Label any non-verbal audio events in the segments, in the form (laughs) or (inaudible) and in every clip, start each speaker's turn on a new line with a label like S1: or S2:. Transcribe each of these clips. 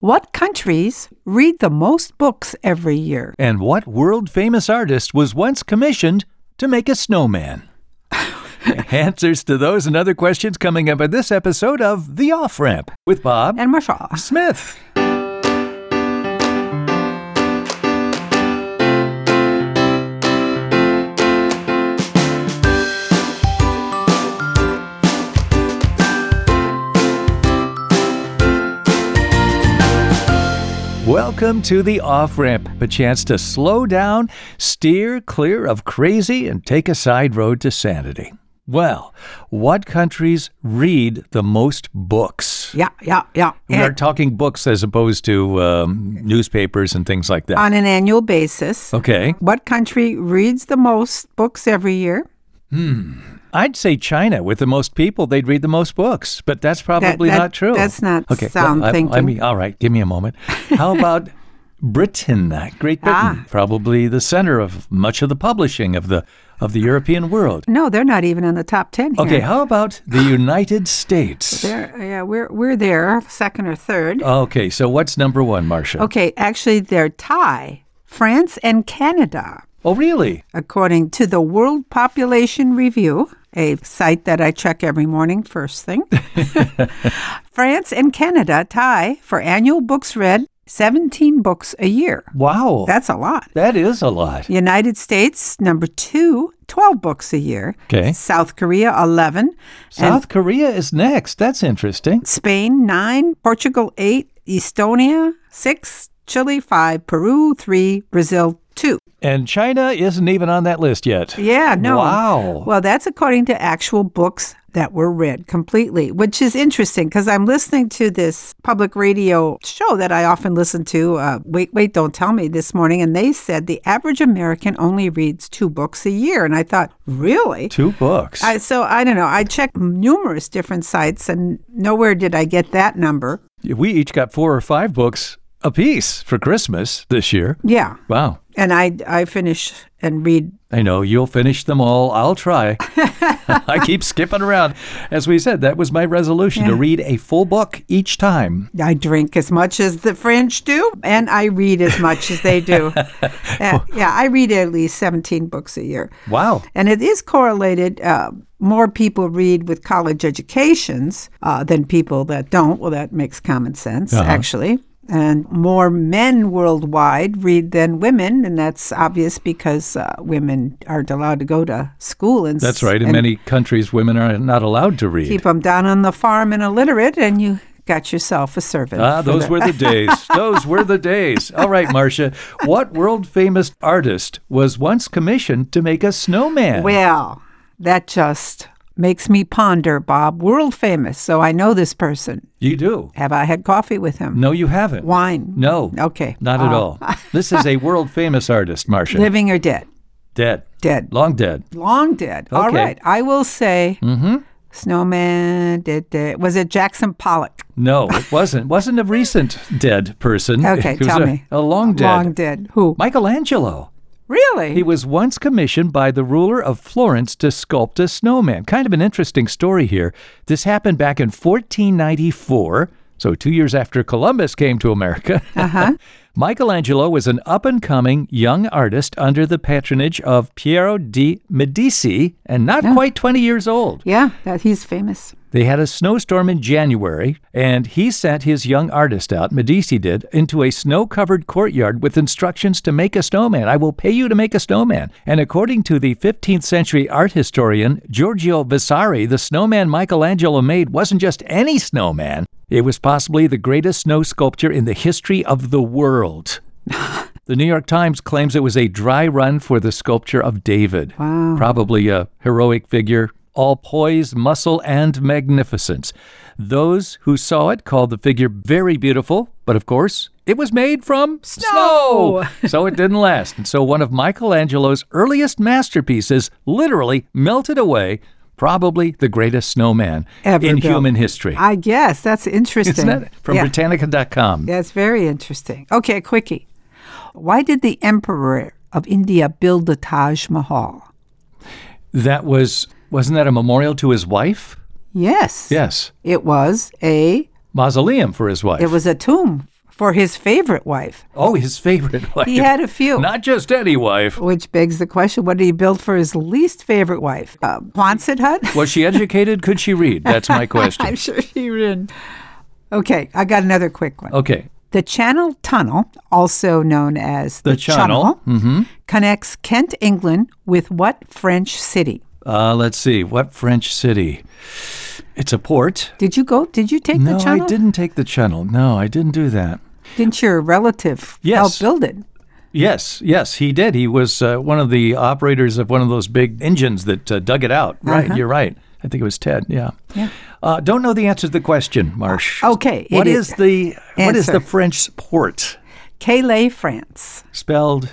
S1: What countries read the most books every year?
S2: And what world famous artist was once commissioned to make a snowman? Answers to those and other questions coming up in this episode of The Off Ramp with Bob
S1: And Marsha.
S2: Smith. Welcome to the off ramp, a chance to slow down, steer clear of crazy, and take a side road to sanity. Well, what countries read the most books?
S1: Yeah, yeah, yeah.
S2: We are
S1: And
S2: talking books as opposed to um, newspapers and things like that.
S1: on an annual basis.
S2: okay.
S1: What country reads the most books every year?
S2: I'd say China with the most people, they'd read the most books, but that's probably
S1: that-
S2: not true.
S1: that's not
S2: okay,
S1: sound
S2: well, I- I,
S1: thinking.
S2: mean, all right, give me
S1: (laughs)
S2: a moment. How about Britain, uh, Great Britain,
S1: Ah.
S2: probably the center of much of the publishing of the of the European world.
S1: No, they're not even in the top 10 here.
S2: Okay, how about the United States?
S1: They're, yeah, we're, we're there, second or third.
S2: Okay, so what's number one, Marcia?
S1: Okay, actually, they're tie France and Canada.
S2: Oh, really?
S1: According to the World Population Review, a site that I check every morning first
S2: (laughs)
S1: thing, France and Canada tie for annual books read 17 books a year.
S2: Wow,
S1: That's a lot.
S2: that is a lot.
S1: United States, number two, 12 books a year.
S2: Okay.
S1: South Korea, 11.
S2: South Korea is next. That's interesting.
S1: Spain, nine. Portugal, eight. Estonia, six. Chile, five. Peru, three. Brazil, two.
S2: And China isn't even on that list yet.
S1: Yeah, no.
S2: Wow.
S1: Well, that's according to actual books that were read completely, which is interesting because I'm listening to this public radio show that I often listen to, uh, Wait, Wait, Don't Tell Me, this morning, and they said the average American only reads two books a year. And I thought, really?
S2: Two books.
S1: I, so I don't know. I checked numerous different sites, and nowhere did I get that number.
S2: We each got four or five books apiece for Christmas this year.
S1: Yeah,
S2: Wow.
S1: and I I finish and read.
S2: I know you'll finish them all. I'll try. (laughs) I keep skipping around. As we said, that was my resolution to read a full book each time.
S1: I drink as much as the French do, and I read as much as they
S2: (laughs)
S1: do. Uh, yeah, I read at least seventeen books a year,
S2: Wow.
S1: and it is correlated. Uh, more people read with college educations uh, than people that don't. Well, that makes common sense,
S2: Uh-huh.
S1: actually. And more men worldwide read than women, and that's obvious because uh, women aren't allowed to go to school. And s-
S2: That's right. In
S1: and
S2: many countries, women are not allowed to read.
S1: keep them down on the farm and illiterate, and you got yourself a servant.
S2: Ah,
S1: for
S2: those
S1: the-
S2: were the days.
S1: (laughs)
S2: Those were the days. All right, Marcia. What world famous artist was once commissioned to make a snowman?
S1: Well, that just makes me ponder, Bob. World famous, so I know this person.
S2: you do.
S1: Have I had coffee with him?
S2: No, you haven't.
S1: Wine?
S2: No.
S1: Okay.
S2: Not at all. This
S1: (laughs)
S2: is a world famous artist, Marcia.
S1: Living or dead?
S2: dead.
S1: Dead.
S2: Long dead.
S1: Long dead. All
S2: Okay. Mm-hmm.
S1: right. I will say snowman. Did, did. Was it Jackson Pollock?
S2: No, it wasn't. wasn't a recent dead person.
S1: Okay,
S2: It was
S1: tell
S2: a,
S1: me.
S2: A long dead.
S1: Long dead. Who?
S2: Michelangelo.
S1: really?
S2: He was once commissioned by the ruler of Florence to sculpt a snowman. Kind of an interesting story here. This happened back in 1494, so two years after Columbus came to America. (laughs) Michelangelo was an up and coming young artist under the patronage of Piero di Medici and not quite 20 years old.
S1: yeah, that, he's famous.
S2: They had a snowstorm in January, and he sent his young artist out, Medici did, into a snow covered courtyard with instructions to make a snowman. I will pay you to make a snowman. And according to the 15th century art historian Giorgio Vasari, the snowman Michelangelo made wasn't just any snowman, it was possibly the greatest snow sculpture in the history of the world. The New York Times claims it was a dry run for the sculpture of David.
S1: Wow.
S2: Probably a heroic figure, all poise, muscle, and magnificence. Those who saw it called the figure very beautiful, but of course, it was made from snow. so it didn't last. And so one of Michelangelo's earliest masterpieces literally melted away, probably the greatest snowman
S1: Ever
S2: in
S1: built.
S2: human history.
S1: I guess that's interesting.
S2: (laughs) Isn't that from
S1: yeah.
S2: Britannica.com?
S1: That's very interesting. Okay, quickie. Why did the emperor of India build the Taj Mahal?
S2: That was, wasn't that a memorial to his wife?
S1: Yes.
S2: Yes.
S1: It was a
S2: mausoleum for his wife.
S1: it was a tomb for his favorite wife.
S2: Oh, his favorite wife.
S1: He had a few.
S2: Not just any wife.
S1: Which begs the question what did he build for his least favorite wife? A Quonset hut?
S2: Was she educated? Could she read?
S1: (laughs)
S2: That's my
S1: I'm
S2: question.
S1: sure he did. Okay, I got another quick one.
S2: Okay.
S1: The Channel Tunnel, also known as
S2: The Channel, Mm-hmm.
S1: connects Kent, England with what French city?
S2: Uh, let's see. What French city? It's a port.
S1: Did you go? Did you take
S2: No,
S1: the
S2: I
S1: Channel?
S2: didn't take the channel. No, I didn't do that.
S1: Didn't your relative
S2: Yes.
S1: help build it?
S2: Yes, yes, he did. He was uh, one of the operators of one of those big engines that uh, dug it out. Right,
S1: Uh-huh.
S2: you're right. I think it was Ted. Yeah. yeah. Uh, don't know the answer to the question, Marsh.
S1: Okay,
S2: What
S1: it
S2: is
S1: is-
S2: the what is
S1: Answer.
S2: the French port
S1: Calais, France.
S2: spelled?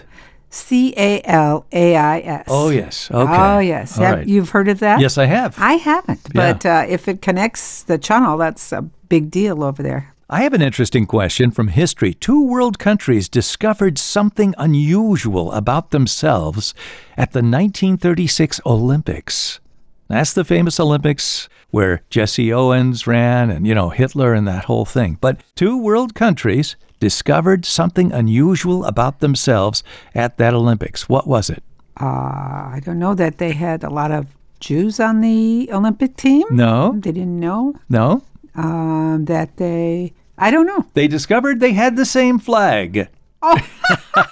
S1: C A L A I S.
S2: Oh yes. Okay.
S1: Oh, yes.
S2: All
S1: Have-
S2: right.
S1: You've heard of that?
S2: Yes, I have.
S1: I haven't, but uh, if it connects the channel, that's a big deal over there.
S2: I have an interesting question from history. Two world countries discovered something unusual about themselves at the 1936 Olympics. That's the famous Olympics where Jesse Owens ran and, you know, Hitler and that whole thing. But two world countries discovered something unusual about themselves at that Olympics. What was it?
S1: Uh, I don't know that they had a lot of Jews on the Olympic team.
S2: No?
S1: They didn't know
S2: No?
S1: um, that they. I don't know.
S2: They discovered they had the same flag. (laughs)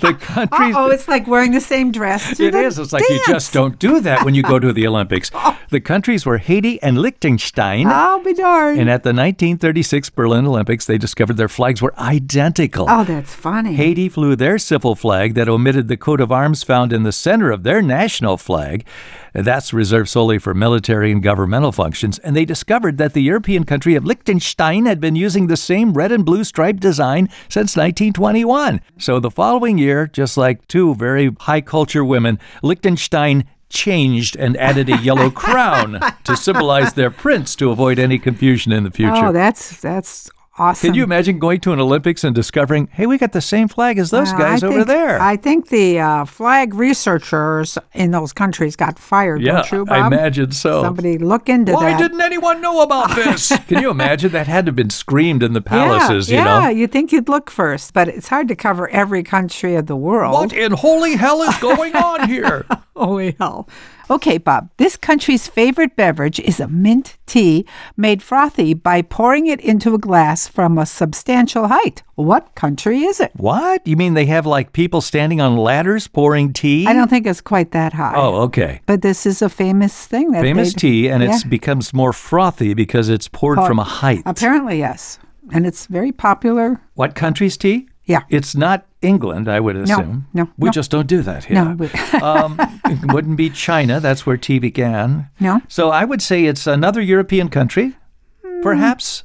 S2: the countries.
S1: Oh, it's like wearing the same dress. To
S2: It
S1: the
S2: is. It's like
S1: dance.
S2: you just don't do that when you go to the Olympics. The countries were Haiti and Liechtenstein.
S1: I'll be darned.
S2: And at the 1936 Berlin Olympics, they discovered their flags were identical.
S1: oh, that's funny.
S2: Haiti flew their civil flag that omitted the coat of arms found in the center of their national flag. That's reserved solely for military and governmental functions. And they discovered that the European country of Liechtenstein had been using the same red and blue stripe design since 1921. So the following year, just like two very high culture women, Liechtenstein changed and added a
S1: (laughs)
S2: yellow crown to symbolize their prince to avoid any confusion in the future.
S1: oh, that's that's awesome.
S2: Can you imagine going to an Olympics and discovering, hey, we got the same flag as those
S1: Uh,
S2: guys
S1: I
S2: over
S1: think-
S2: there?
S1: I think the uh, flag researchers in those countries got fired,
S2: yeah,
S1: don't you, Bob?
S2: I imagine so.
S1: Somebody look into
S2: Why
S1: that.
S2: Oh. didn't anyone
S1: (laughs)
S2: know about this? Can you imagine that had to have been screamed in the palaces?
S1: yeah, yeah,
S2: you know,
S1: you think you'd look first, but it's hard to cover every country of the world. (laughs)
S2: what in holy hell is going on here?
S1: Holy hell. Okay, Bob, this country's favorite beverage is a mint tea made frothy by pouring it into a glass from a substantial height. What country is it?
S2: what? You mean they have like people standing on ladders pouring tea?
S1: I don't think it's quite that high.
S2: Oh, okay.
S1: But this is a famous thing that
S2: Famous
S1: they-
S2: tea, and
S1: Yeah.
S2: it's becomes more frothy because it's poured from a height.
S1: Apparently, yes. And it's very popular.
S2: What country's tea?
S1: Yeah.
S2: It's not England, I would assume.
S1: no,
S2: We
S1: no.
S2: just don't do that here.
S1: No, we-
S2: um, it wouldn't be China. That's where tea began.
S1: No.
S2: So I would say it's another European country, perhaps,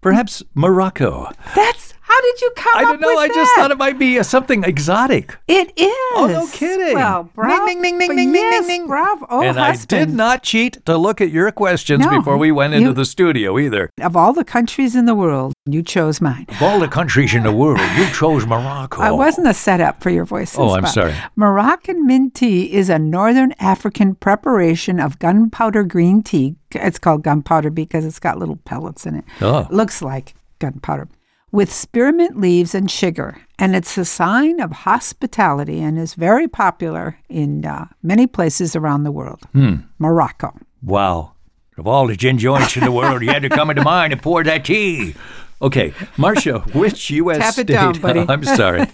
S2: perhaps Morocco.
S1: (laughs) That's how did you come
S2: I
S1: up
S2: don't know.
S1: with
S2: I
S1: that?
S2: just thought it might be uh, something exotic.
S1: it is.
S2: Oh, no kidding.
S1: Well,
S2: Ning,
S1: bravo.
S2: ning, ning, ning,
S1: but
S2: ning, ning,
S1: yes,
S2: ning, ning.
S1: Bravo, Oh,
S2: and I did
S1: husband.
S2: not cheat to look at your questions
S1: No,
S2: before we went into
S1: you-
S2: the studio either.
S1: Of all the countries in the world, you chose mine.
S2: Of all the countries in the world, you chose Morocco.
S1: I wasn't a setup for your voice.
S2: Oh, I'm sorry.
S1: Moroccan mint tea is a northern African preparation of gunpowder green tea. It's called gunpowder because it's got little pellets in it.
S2: Oh.
S1: Looks like gunpowder. With spearmint leaves and sugar, and it's a sign of hospitality and is very popular in uh, many places around the world.
S2: Hmm.
S1: Morocco.
S2: Wow. Of all the gin joints in the world, you had to come into mine and pour that tea. Okay, Marcia, which U.S.
S1: Tap
S2: state?
S1: it down, buddy.
S2: (laughs)
S1: (laughs)
S2: I'm sorry.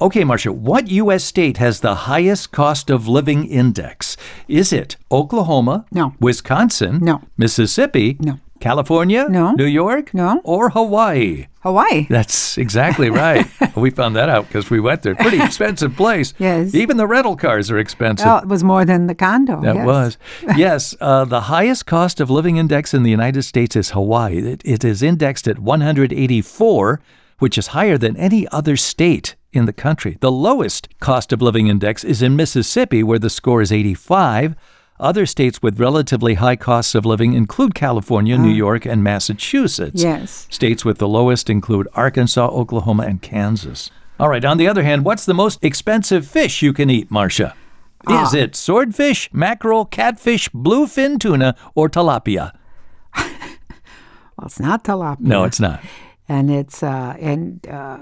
S2: okay, Marcia, what U.S. state has the highest cost of living index? Is it Oklahoma?
S1: No.
S2: Wisconsin?
S1: No.
S2: Mississippi?
S1: No.
S2: California?
S1: No.
S2: New York?
S1: No.
S2: Or Hawaii?
S1: Hawaii.
S2: That's exactly
S1: (laughs)
S2: right. we found that out because we went there. Pretty expensive place.
S1: Yes.
S2: Even the rental cars are expensive.
S1: Well, it was more than the condo.
S2: That
S1: yes.
S2: was. Yes, uh, the highest cost of living index in the United States is Hawaii. It, it is indexed at 184, which is higher than any other state in the country. The lowest cost of living index is in Mississippi, where the score is 85. Other states with relatively high costs of living include California, New York, and Massachusetts.
S1: Yes.
S2: States with the lowest include Arkansas, Oklahoma, and Kansas. All right, on the other hand, what's the most expensive fish you can eat, Marcia?
S1: Ah.
S2: Is it swordfish, mackerel, catfish, bluefin tuna, or tilapia?
S1: Well, it's not tilapia.
S2: No, it's not.
S1: And it's uh, and uh,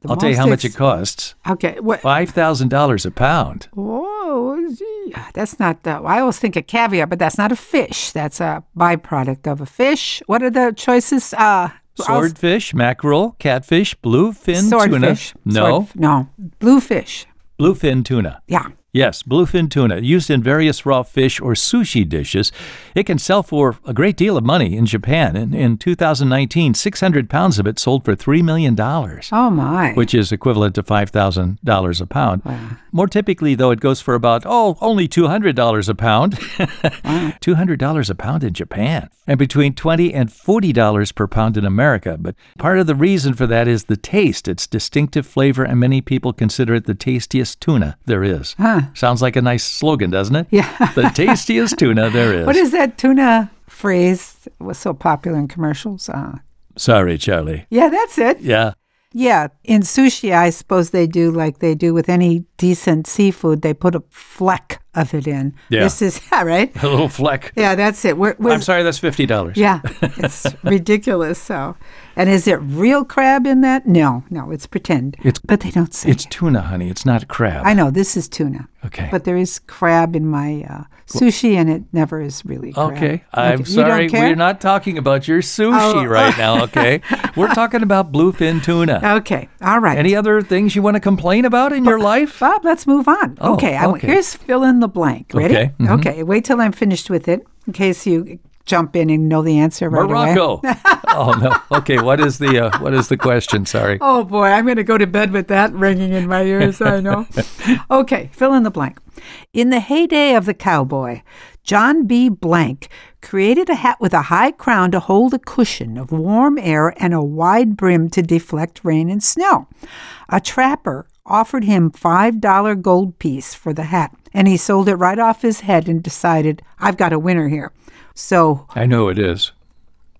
S1: the
S2: I'll tell you
S1: most
S2: how much
S1: ex-
S2: it costs.
S1: Okay. What?
S2: Five thousand dollars a pound.
S1: Whoa, gee, that's not. The, I always think of caviar, but that's not a fish. That's a byproduct of a fish. What are the choices? Uh, I'll-
S2: Swordfish, mackerel, catfish, bluefin
S1: swordfish.
S2: tuna. No,
S1: Swordf- no, bluefish.
S2: bluefin tuna.
S1: Yeah.
S2: Yes, bluefin tuna, used in various raw fish or sushi dishes. It can sell for a great deal of money in Japan. In, in 2019, 600 pounds of it sold for $3 million,
S1: Oh my.
S2: which is equivalent to $5,000 a pound. More typically, though, it goes for about, oh, only $200 a pound. (laughs) $200 a pound in Japan, and between $20 and $40 per pound in America. But part of the reason for that is the taste, its distinctive flavor, and many people consider it the tastiest tuna there is. Sounds like a nice slogan, doesn't it?
S1: Yeah.
S2: (laughs) the tastiest tuna there is.
S1: What is that tuna phrase that was so popular in commercials? Uh,
S2: Sorry, Charlie.
S1: yeah, that's it.
S2: Yeah.
S1: Yeah, in sushi, I suppose they do like they do with any decent seafood. They put a fleck of it in.
S2: Yeah.
S1: This is (laughs) yeah, right.
S2: A little fleck.
S1: Yeah, that's it. We're, we're-
S2: I'm sorry, that's $50.
S1: Yeah,
S2: (laughs)
S1: it's ridiculous. So, and is it real crab in that? No, no, it's pretend.
S2: It's-
S1: but they don't say.
S2: It's
S1: it.
S2: tuna, honey. It's not crab.
S1: I know this is tuna.
S2: Okay.
S1: But there is crab in my uh, sushi, and it never is really crab.
S2: Okay, I'm
S1: you don't
S2: sorry.
S1: care?
S2: We're not talking about your sushi
S1: Oh.
S2: right
S1: (laughs)
S2: now, okay? We're talking about bluefin tuna.
S1: Okay, all right.
S2: Any other things you want to complain about in your life?
S1: Bob, let's move on.
S2: Oh,
S1: okay, I, want-
S2: okay.
S1: here's fill in the blank. Ready?
S2: Okay, mhm.
S1: Okay, wait till I'm finished with it in case you jump in and know the answer right away. (laughs)
S2: Morocco. oh no. Okay, what is the uh, what is the question? Sorry.
S1: Oh boy, I'm going to go to bed with that ringing in my ears, I know. Okay, fill in the blank. In the heyday of the cowboy, John B. Blank created a hat with a high crown to hold a cushion of warm air and a wide brim to deflect rain and snow. A trapper offered him $5 gold piece for the hat, and he sold it right off his head and decided, I've got a winner here. So,
S2: I know it is.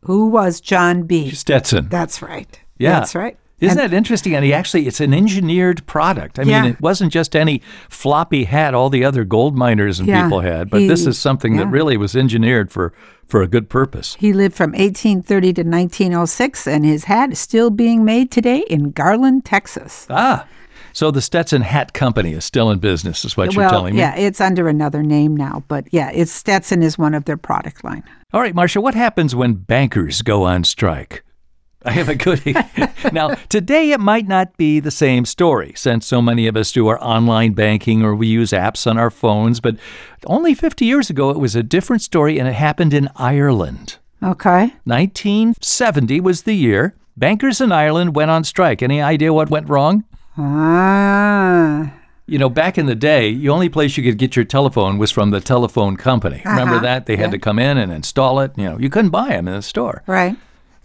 S1: who was John B?
S2: Stetson.
S1: That's right.
S2: Yeah.
S1: That's right.
S2: Isn't that interesting? And he actually, it's an engineered product. I
S1: Yeah.
S2: mean, it wasn't just any floppy hat all the other gold miners and
S1: Yeah.
S2: people had, but this
S1: He-
S2: is something that
S1: yeah.
S2: really was engineered for, for a good purpose.
S1: He lived from 1830 to 1906, and his hat is still being made today in Garland, Texas.
S2: Ah, so the Stetson Hat Company is still in business, is what you're
S1: well,
S2: telling me.
S1: yeah, it's under another name now, but yeah, it's Stetson is one of their product line.
S2: All right, Marcia, what happens when bankers go on strike? I have
S1: (laughs)
S2: a goodie. now, today it might not be the same story since so many of us do our online banking or we use apps on our phones, but only 50 years ago it was a different story and it happened in Ireland.
S1: Okay.
S2: 1970 was the year bankers in Ireland went on strike. Any idea what went wrong?
S1: Ah.
S2: You know, back in the day, the only place you could get your telephone was from the telephone company. Remember that? They had to come in and install it. You know, you couldn't buy them in the store.
S1: Right.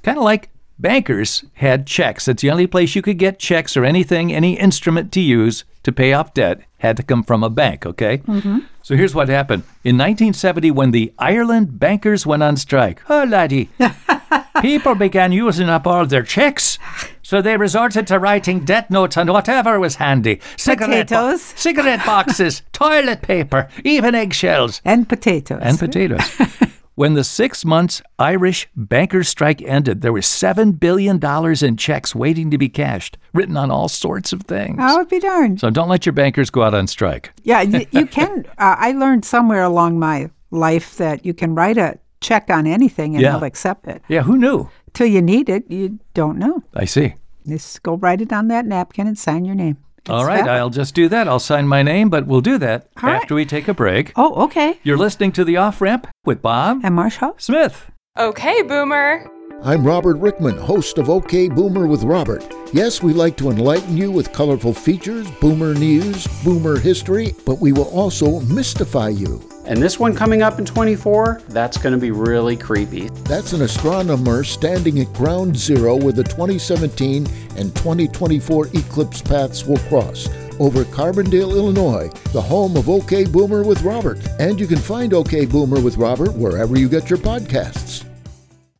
S2: Kind of like bankers had checks. It's the only place you could get checks or anything, any instrument to use to pay off debt had to come from a bank, okay? Mm-hmm. So here's what happened. In 1970, when the Ireland bankers went on strike, oh, laddie, people began using up all their checks. So they resorted to writing debt notes on whatever was handy cigarette bo-
S1: Potatoes.
S2: cigarette boxes, toilet paper, even eggshells
S1: And potatoes.
S2: and potatoes. when the six months Irish bankers' strike ended, there was seven billion dollars in checks waiting to be cashed, written on all sorts of things.
S1: I would be darned.
S2: So don't let your bankers go out on strike.
S1: Yeah, you,
S2: (laughs)
S1: you can. Uh, I learned somewhere along my life that you can write a check on anything and
S2: Yeah.
S1: they'll accept it.
S2: Yeah, who knew?
S1: Till you need it, you don't know.
S2: I see.
S1: Just go write it on that napkin and sign your name.
S2: all
S1: It's
S2: right,
S1: valid.
S2: I'll just do that. I'll sign my name, but we'll do that
S1: All right.
S2: after we take a break.
S1: Oh, okay.
S2: You're listening to The Off Ramp with Bob
S1: And Marsha?
S2: Smith.
S3: Okay, Boomer.
S4: I'm Robert Rickman, host of OK Boomer with Robert. Yes, we like to enlighten you with colorful features, boomer news, boomer history, but we will also mystify you.
S5: And this one coming up in 24, that's going to be really creepy.
S4: That's an astronomer standing at ground zero where the 2017 and 2024 eclipse paths will cross over Carbondale, Illinois, the home of OK Boomer with Robert. And you can find OK Boomer with Robert wherever you get your podcasts.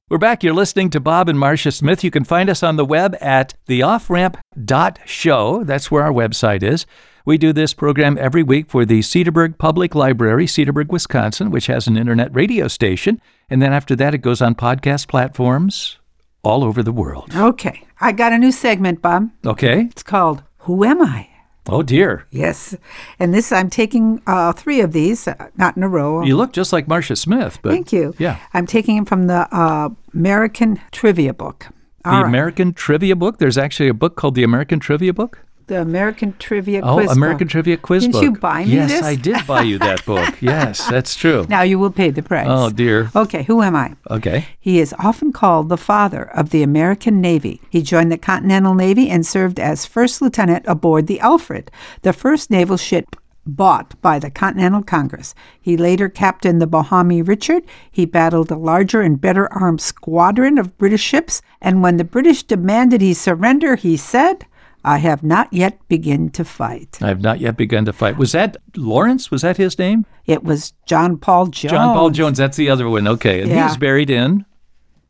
S2: We're back. You're listening to Bob and Marcia Smith. You can find us on the web at theofframp.show. That's where our website is. We do this program every week for the Cedarburg Public Library, Cedarburg, Wisconsin, which has an internet radio station. And then after that, it goes on podcast platforms all over the world.
S1: Okay. I got a new segment, Bob.
S2: Okay.
S1: It's called Who Am I?
S2: Oh, dear.
S1: Yes. And this, I'm taking uh, three of these, uh, not in a row.
S2: You look just like Marcia Smith, but
S1: Thank you.
S2: Yeah.
S1: I'm taking them from the uh, American Trivia Book.
S2: The
S1: All right.
S2: American Trivia Book. There's actually a book called The American Trivia Book.
S1: The American Trivia
S2: Oh,
S1: Quiz
S2: American
S1: Book.
S2: Trivia Quiz
S1: Didn't
S2: Book.
S1: you buy me
S2: yes,
S1: this?
S2: I did buy you
S1: (laughs)
S2: that book. yes, that's true.
S1: Now you will pay the price.
S2: Oh, dear.
S1: Okay, who am I?
S2: Okay.
S1: He is often called the father of the American Navy. He joined the Continental Navy and served as first lieutenant aboard the Alfred, the first naval ship bought by the Continental Congress. He later captained the Bahami Richard. He battled a larger and better armed squadron of British ships, and when the British demanded he surrender, he said, I have not yet begun to fight.
S2: I have not yet begun to fight. Was that Lawrence? Was that his name?
S1: It was John Paul Jones.
S2: John Paul Jones. That's the other one. Okay. And
S1: Yeah.
S2: he's buried in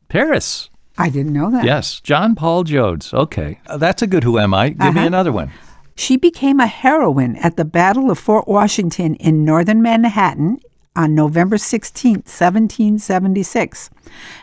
S2: Paris.
S1: I didn't know that.
S2: Yes. John Paul Jones. Okay. Uh, That's a good Who Am I? Give me
S1: Uh-huh.
S2: another one.
S1: She became a heroine at the Battle of Fort Washington in northern Manhattan on November 16, 1776.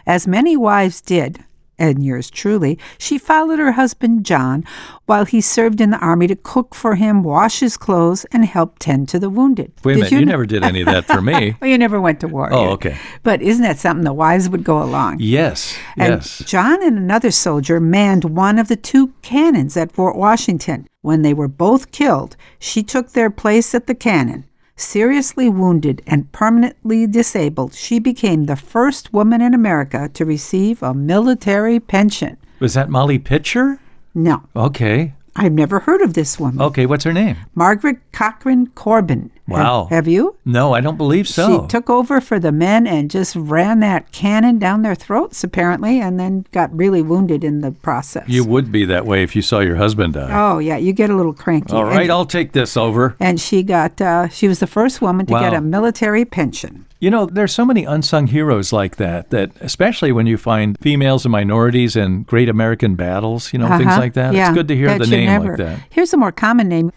S1: As many wives did, and yours truly, she followed her husband John while he served in the army to cook for him, wash his clothes, and help tend to the wounded.
S2: Wait a
S1: Did
S2: minute. You,
S1: kn-
S2: never did any of that
S1: (laughs)
S2: for me.
S1: Oh, you never went to war.
S2: Oh,
S1: yeah.
S2: okay.
S1: But isn't that something? The wives would go along.
S2: Yes.
S1: And
S2: Yes.
S1: John and another soldier manned one of the two cannons at Fort Washington. When they were both killed, she took their place at the cannon. Seriously wounded and permanently disabled, she became the first woman in America to receive a military pension.
S2: Was that Molly Pitcher?
S1: No,
S2: Okay.
S1: I've never heard of this woman.
S2: Okay. What's her name?
S1: Margaret Cochran Corbin.
S2: Wow.
S1: Have, have you?
S2: No, I don't believe so.
S1: She took over for the men and just ran that cannon down their throats, apparently, and then got really wounded in the process.
S2: you would be that way if you saw your husband die.
S1: Oh yeah, you get a little cranky.
S2: All right,
S1: Oh, And,
S2: I'll take this over.
S1: and she got uh, she was the first woman to get
S2: Wow.
S1: a military pension.
S2: You know, there's so many unsung heroes like that that especially when you find females and minorities in great American battles, you know, things
S1: Uh-huh.
S2: like that.
S1: Yeah,
S2: It's good to hear
S1: that
S2: the
S1: you
S2: name
S1: never-
S2: like that.
S1: Here's a more common name.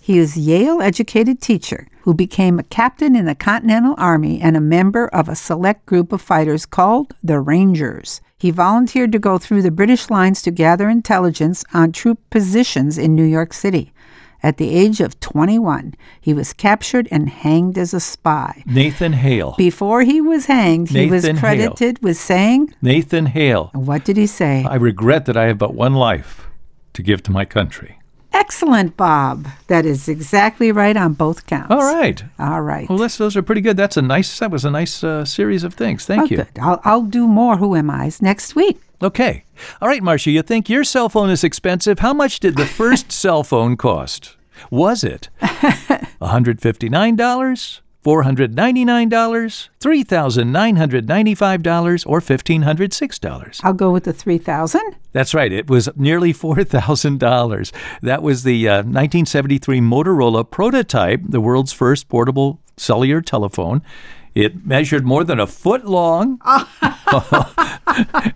S1: He is Yale educated teacher who became a captain in the Continental Army and a member of a select group of fighters called the Rangers. He volunteered to go through the British lines to gather intelligence on troop positions in New York City. At the age of 21, he was captured and hanged as a spy.
S2: Nathan Hale.
S1: Before he was hanged, he
S2: Nathan
S1: was
S2: Hale.
S1: credited with saying,
S2: Nathan Hale.
S1: What did he say?
S2: I regret that I have but one life to give to my country.
S1: Excellent, Bob. That is exactly right on both counts.
S2: All right.
S1: All right.
S2: Well, that's, those are pretty good. That's a nice. That was a nice uh, series of things. Thank
S1: Oh,
S2: you.
S1: good. I'll, I'll do more Who Am I's next week.
S2: Okay. All right, Marcia, you think your cell phone is expensive? How much did the first cell phone cost? Was it $159, $499, $3,995, or $1,506?
S1: I'll go with the 3000
S2: That's right. It was nearly $4,000. That was the uh, 1973 Motorola prototype, the world's first portable cellular telephone. It measured more than a foot long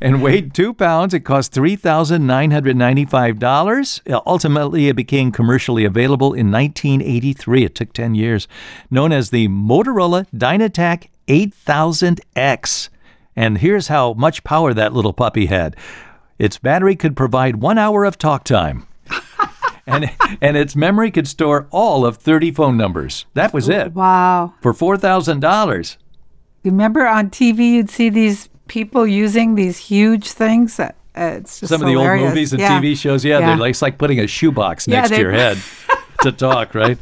S2: and weighed two pounds. It cost $3,995. Uh, Ultimately, it became commercially available in 1983. It took 10 years. Known as the Motorola Dynatac 8000X. And here's how much power that little puppy had its battery could provide one hour of talk time. (laughs) and, and its memory could store all of 30 phone numbers. That was it.
S1: Wow.
S2: For $4,000.
S1: Remember on TV, you'd see these people using these huge things? Uh, it's just
S2: some of the
S1: hilarious.
S2: old movies and
S1: Yeah.
S2: TV shows. Yeah,
S1: Yeah.
S2: they're like, it's like putting a shoebox
S1: Yeah,
S2: next to
S1: they- (laughs)
S2: your head to talk, right?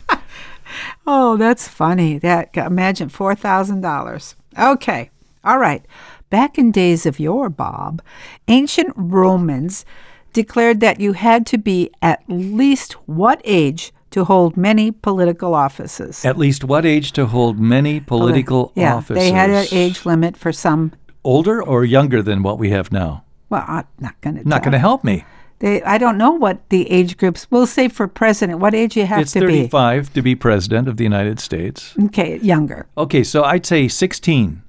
S1: Oh, that's funny. That imagine four thousand dollars. Okay, all right. Back in days of yore, Bob, ancient Romans declared that you had to be at least what age to hold many political offices?
S2: At least what age to hold many political
S1: yeah,
S2: offices?
S1: they had an age limit for some.
S2: Older or younger than what we have now?
S1: Well, I'm not going to.
S2: Not going to help me.
S1: They, I don't know what the age groups. We'll say for president, what age you have
S2: It's
S1: to
S2: 35 to be president of the United States.
S1: be. Okay, younger.
S2: Okay, so I'd say 16.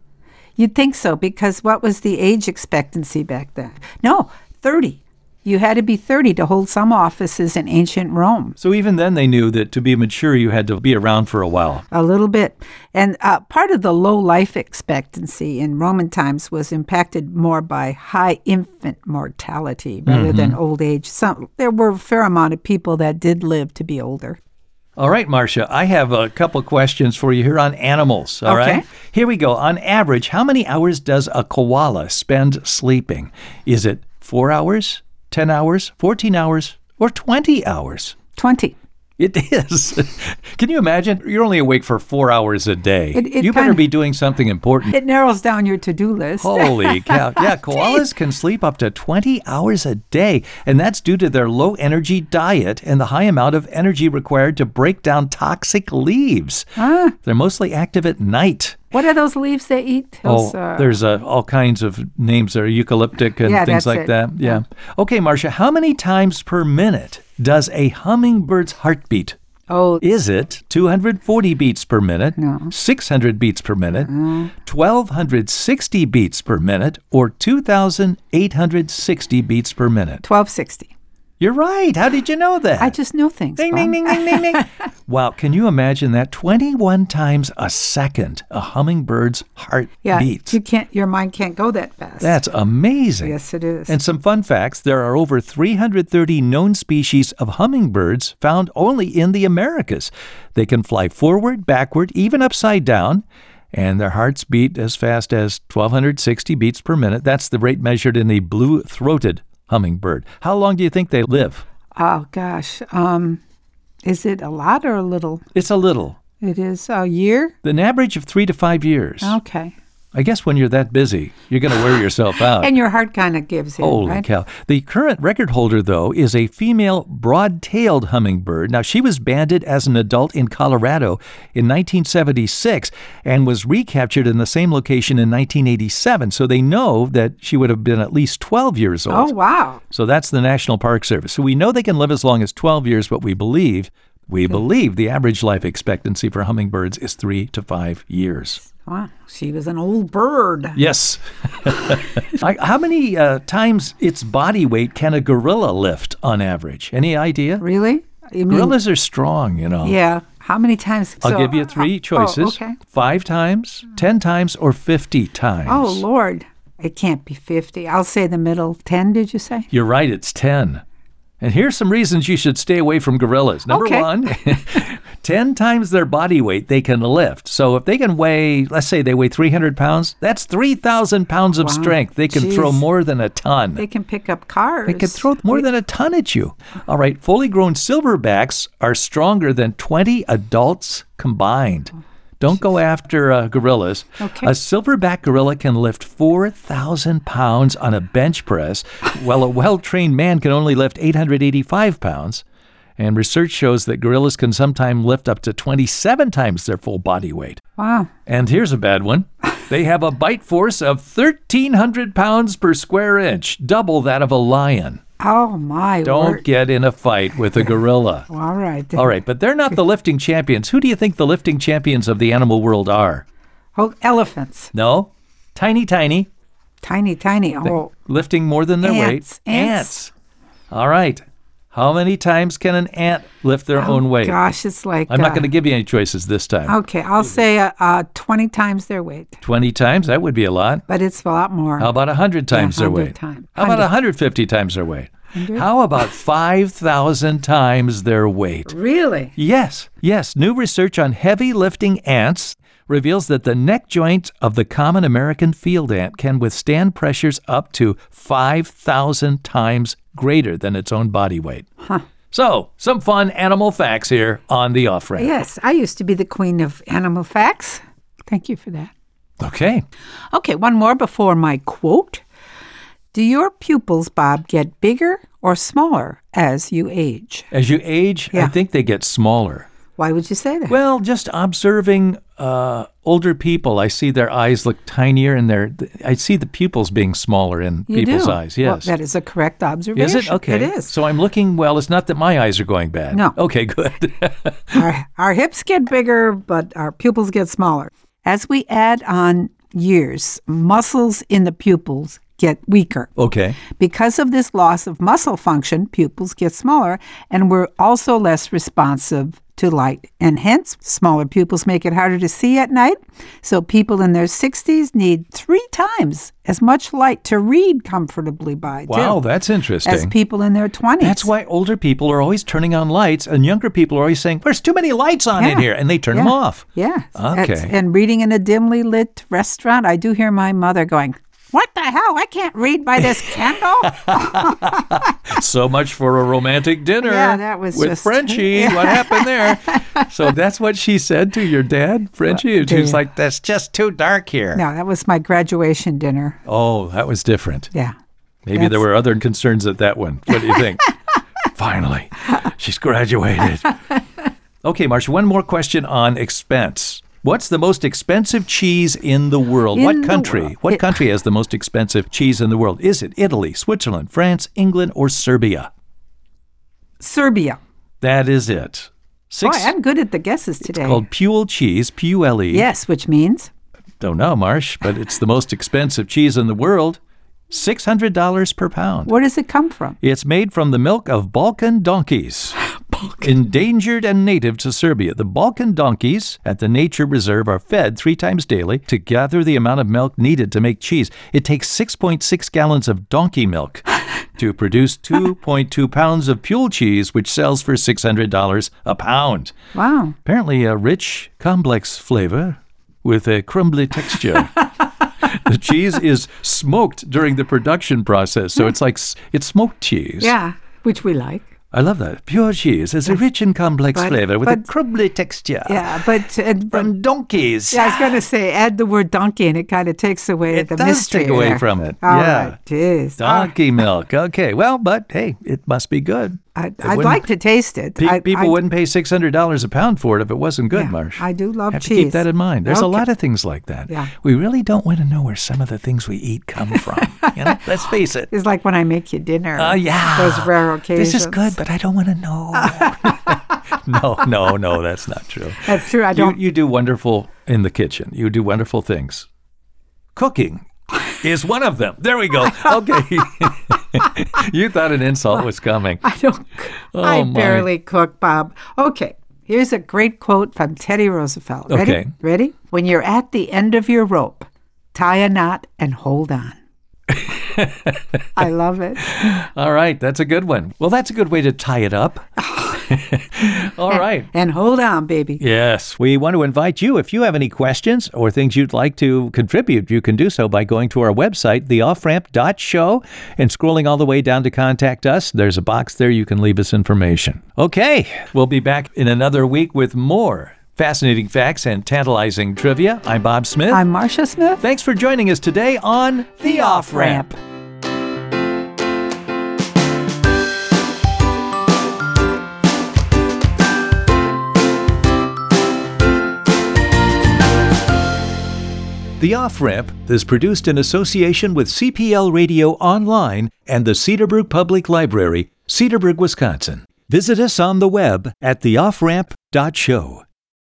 S1: You'd think so because what was the age expectancy back then? No, 30. You had to be 30 to hold some offices in ancient Rome.
S2: So even then, they knew that to be mature, you had to be around for a while.
S1: A little bit. And uh, part of the low life expectancy in Roman times was impacted more by high infant mortality rather than
S2: Mm-hmm.
S1: old age. Some, there were a fair amount of people that did live to be older.
S2: All right, Marcia, I have a couple questions for you here on animals. All right,
S1: Okay.
S2: Here we go. On average, how many hours does a koala spend sleeping? Is it four hours, 10 hours, 14 hours, or 20 hours?
S1: 20.
S2: It (laughs) is. Can you imagine? You're only awake for four hours a day.
S1: It- it
S2: you better
S1: kinda-
S2: be doing something important.
S1: It narrows down your to do list.
S2: Holy
S1: (laughs)
S2: cow. Yeah, koalas can sleep up to 20 hours a day, and that's due to their low energy diet and the high amount of energy required to break down toxic leaves.
S1: Ah.
S2: They're mostly active at night.
S1: What are those leaves they eat? Those,
S2: oh,
S1: uh,
S2: there's uh, all kinds of names there, eucalyptic and
S1: Yeah,
S2: things
S1: that's
S2: like
S1: it.
S2: that. Yeah. Okay, Marcia, how many times per minute does a hummingbird's heartbeat?
S1: oh,
S2: Is it 240 beats per minute, 600 beats per minute, 1260 beats per minute, or 2860 beats per minute?
S1: 1260.
S2: You're right. How did you know that?
S1: I just know things.
S2: Ding,
S1: Bob.
S2: ding, ding, ding, ding,
S1: (laughs)
S2: ding. wow, can you imagine that? 21 times a second, a hummingbird's heart
S1: Yeah,
S2: beats.
S1: you can't. Your mind can't go that fast.
S2: That's amazing.
S1: yes, it is.
S2: And some fun facts there are over 330 known species of hummingbirds found only in the Americas. They can fly forward, backward, even upside down, and their hearts beat as fast as 1,260 beats per minute. That's the rate measured in the blue throated hummingbird. How long do you think they live?
S1: oh gosh, um, is it a lot or a little?
S2: It's a little.
S1: It is a year.
S2: An average of three to five years.
S1: Okay,
S2: I guess when you're that busy, you're going to wear yourself (laughs) out.
S1: and your heart kind of gives in,
S2: Uh, Holy
S1: right?
S2: cow. The current record holder, though, is a female broad tailed hummingbird. Now, she was banded as an adult in Colorado in 1976 and was recaptured in the same location in 1987. So they know that she would have been at least 12 years old.
S1: Oh wow,
S2: So that's the National Park Service. So we know they can live as long as 12 years, but we believe. We believe the average life expectancy for hummingbirds is three to five years.
S1: wow, she was an old bird.
S2: (laughs) Yes. I, how many uh, times its body weight can a gorilla lift on average? Any idea?
S1: Really? You mean-
S2: Gorillas are strong, you know.
S1: Yeah. How many times?
S2: I'll
S1: so-
S2: give you three
S1: oh,
S2: choices
S1: Oh, okay.
S2: five times, 10 times, or 50 times.
S1: Oh Lord, it can't be fifty. I'll say the middle ten. Did you say?
S2: You're right, it's 10. And here's some reasons you should stay away from gorillas. Number
S1: Okay.
S2: one, (laughs) 10 times their body weight they can lift. So if they can weigh, let's say they weigh 300 pounds, that's 3,000 pounds of strength. They can throw
S1: Jeez.
S2: more than a ton.
S1: They can pick up cars.
S2: They could throw more than a ton at you. All right, fully grown silverbacks are stronger than 20 adults combined. Don't go after uh, gorillas.
S1: Okay.
S2: A silverback gorilla can lift 4,000 pounds on a bench press, while a well trained man can only lift 885 pounds. And research shows that gorillas can sometimes lift up to 27 times their full body weight.
S1: Wow.
S2: And here's a bad one. They have a bite force of 1,300 pounds per square inch, double that of a lion.
S1: Oh my.
S2: Don't
S1: word.
S2: get in a fight
S1: (laughs)
S2: with a gorilla.
S1: All right.
S2: All right, but they're not the lifting champions. Who do you think the lifting champions of the animal world are?
S1: Oh, elephants.
S2: No? Tiny, tiny,
S1: Tiny, tiny. Oh,
S2: lifting more than their
S1: Ants,
S2: weight.
S1: ants.
S2: All right. How many times can an ant lift their
S1: Oh
S2: own weight?
S1: gosh, it's like.
S2: I'm not
S1: uh,
S2: going to give you any choices this time.
S1: Okay, I'll say uh, uh, 20 times their weight,
S2: 20 times, that would be a lot.
S1: but it's a lot more.
S2: How about 100 times their
S1: 100
S2: weight?
S1: time.
S2: How about
S1: 100.
S2: 150 times their weight?
S1: 100?
S2: How about 5,000 times their weight?
S1: really?
S2: Yes, yes. New research on heavy lifting ants reveals that the neck joint of the common American field ant can withstand pressures up to 5,000 times greater than its own body weight. So, some fun animal facts here on the off ramp.
S1: Yes, I used to be the queen of animal facts. Thank you for that.
S2: Okay.
S1: Okay, one more before my quote. Do your pupils, Bob, get bigger or smaller as you age?
S2: As you age, I
S1: Yeah.
S2: think they get smaller.
S1: Why would you say that?
S2: Well, just observing uh, older people, I see their eyes look tinier, and their I see the pupils being smaller in
S1: you
S2: people's
S1: do.
S2: eyes.
S1: Well,
S2: Yes,
S1: that is a correct observation.
S2: is it okay?
S1: It is.
S2: So I'm looking well. It's not that my eyes are going bad.
S1: No.
S2: Okay, good. (laughs)
S1: our, our hips get bigger, but our pupils get smaller. As we add on years, muscles in the pupils get weaker.
S2: Okay.
S1: Because of this loss of muscle function, pupils get smaller and we're also less responsive to light. And hence, smaller pupils make it harder to see at night. So, people in their 60s need three times as much light to read comfortably by, too,
S2: Wow, that's interesting.
S1: as people in their 20s.
S2: That's why older people are always turning on lights, and younger people are always saying, "There's too many lights on in
S1: Yeah.
S2: here," and they turn them
S1: Yeah.
S2: off.
S1: Yeah. That's-
S2: Okay.
S1: and reading in a dimly lit restaurant, I do hear my mother going, What the hell? I can't read by
S2: (laughs)
S1: this candle.
S2: so much for a romantic dinner.
S1: Yeah, that was
S2: with
S1: just-
S2: Frenchie.
S1: (laughs)
S2: What happened there? So that's what she said to your dad, Frenchie. And she was
S1: dear.
S2: like, "That's just too dark here."
S1: no, that was my graduation dinner.
S2: Oh, that was different.
S1: Yeah.
S2: Maybe there
S1: That's-
S2: were other concerns at that one. What do you
S1: (laughs)
S2: think? Finally, she's graduated. Okay, Marcia, one more question on expense. What's the most expensive cheese in the world?
S1: In
S2: what
S1: the
S2: country?
S1: world.
S2: What
S1: It-
S2: country has the most expensive cheese in the world? Is it Italy, Switzerland, France, England, or Serbia?
S1: Serbia.
S2: That is it. Six
S1: Boy, I'm good at the guesses today.
S2: called Puel cheese, P U L E.
S1: yes, which means
S2: Don't know, Marsh, but it's the most expensive cheese in the world. Six hundred dollars per pound.
S1: where does it come from?
S2: It's made from the milk of Balkan donkeys. Endangered and native to Serbia, the Balkan donkeys at the nature reserve are fed three times daily to gather the amount of milk needed to make cheese. It takes 6.6 gallons of donkey milk to produce 2.2 pounds of pule cheese, which sells for $600 a pound.
S1: Wow.
S2: Apparently, a rich, complex flavor with a crumbly texture. the cheese is smoked during the production process, so it's like s- it's smoked cheese.
S1: Yeah, which we like.
S2: I love that. Pure cheese is a rich and complex
S1: But-
S2: flavor with a
S1: but-
S2: crumbly texture
S1: Yeah, but uh, and, um,
S2: from donkeys.
S1: yeah, I was going to say add the word donkey and it kind of takes away
S2: It
S1: the
S2: does
S1: mystery.
S2: take away
S1: there.
S2: from it.
S1: All
S2: Yeah.
S1: right, geez. All right.
S2: Donkey milk. Okay. Well, but hey, it must be good.
S1: Ah. I,
S2: It
S1: I'd
S2: wouldn't-
S1: like to taste it.
S2: Pe-
S1: I-
S2: people
S1: I-
S2: wouldn't pay six hundred dollars a pound for it if it wasn't good,
S1: Yeah,
S2: Marsh.
S1: I do love
S2: Have To keep
S1: cheese.
S2: that in mind. There's a
S1: Okay.
S2: lot of things like that.
S1: Yeah.
S2: We really don't want to know where some of the things we eat come from.
S1: (laughs)
S2: you know? Let's face it.
S1: It's like when I make you dinner.
S2: Oh yeah.
S1: Those rare occasions.
S2: This is good, but I don't want to
S1: (laughs)
S2: know. (laughs) no, no, no, that's not true.
S1: That's true. I
S2: You,
S1: don't.
S2: you do wonderful in the kitchen. You do wonderful things. Cooking is one of them. There
S1: (laughs)
S2: we go. Okay. (laughs) you thought an insult was coming.
S1: I don't. I
S2: Oh, my.
S1: barely cook, Bob. Okay. Here's a great quote from Teddy Roosevelt. Ready?
S2: Okay.
S1: Ready? When you're at the end of your rope, tie a knot and hold
S2: (laughs)
S1: on. I love it.
S2: All right, that's a good one. Well, that's a good way to tie it up. (laughs) All right.
S1: And hold on, baby.
S2: Yes. We want to invite you. If you have any questions or things you'd like to contribute, you can do so by going to our website, theofframp.show, and scrolling all the way down to contact us. There's a box there you can leave us information. Okay. We'll be back in another week with more fascinating facts and tantalizing trivia. I'm Bob Smith.
S1: I'm Marcia Smith.
S2: Thanks for joining us today on The Off Ramp. The Off Ramp is produced in association with CPL Radio Online and the Cedarburg Public Library, Cedarburg, Wisconsin. Visit us on the web at theofframp.show.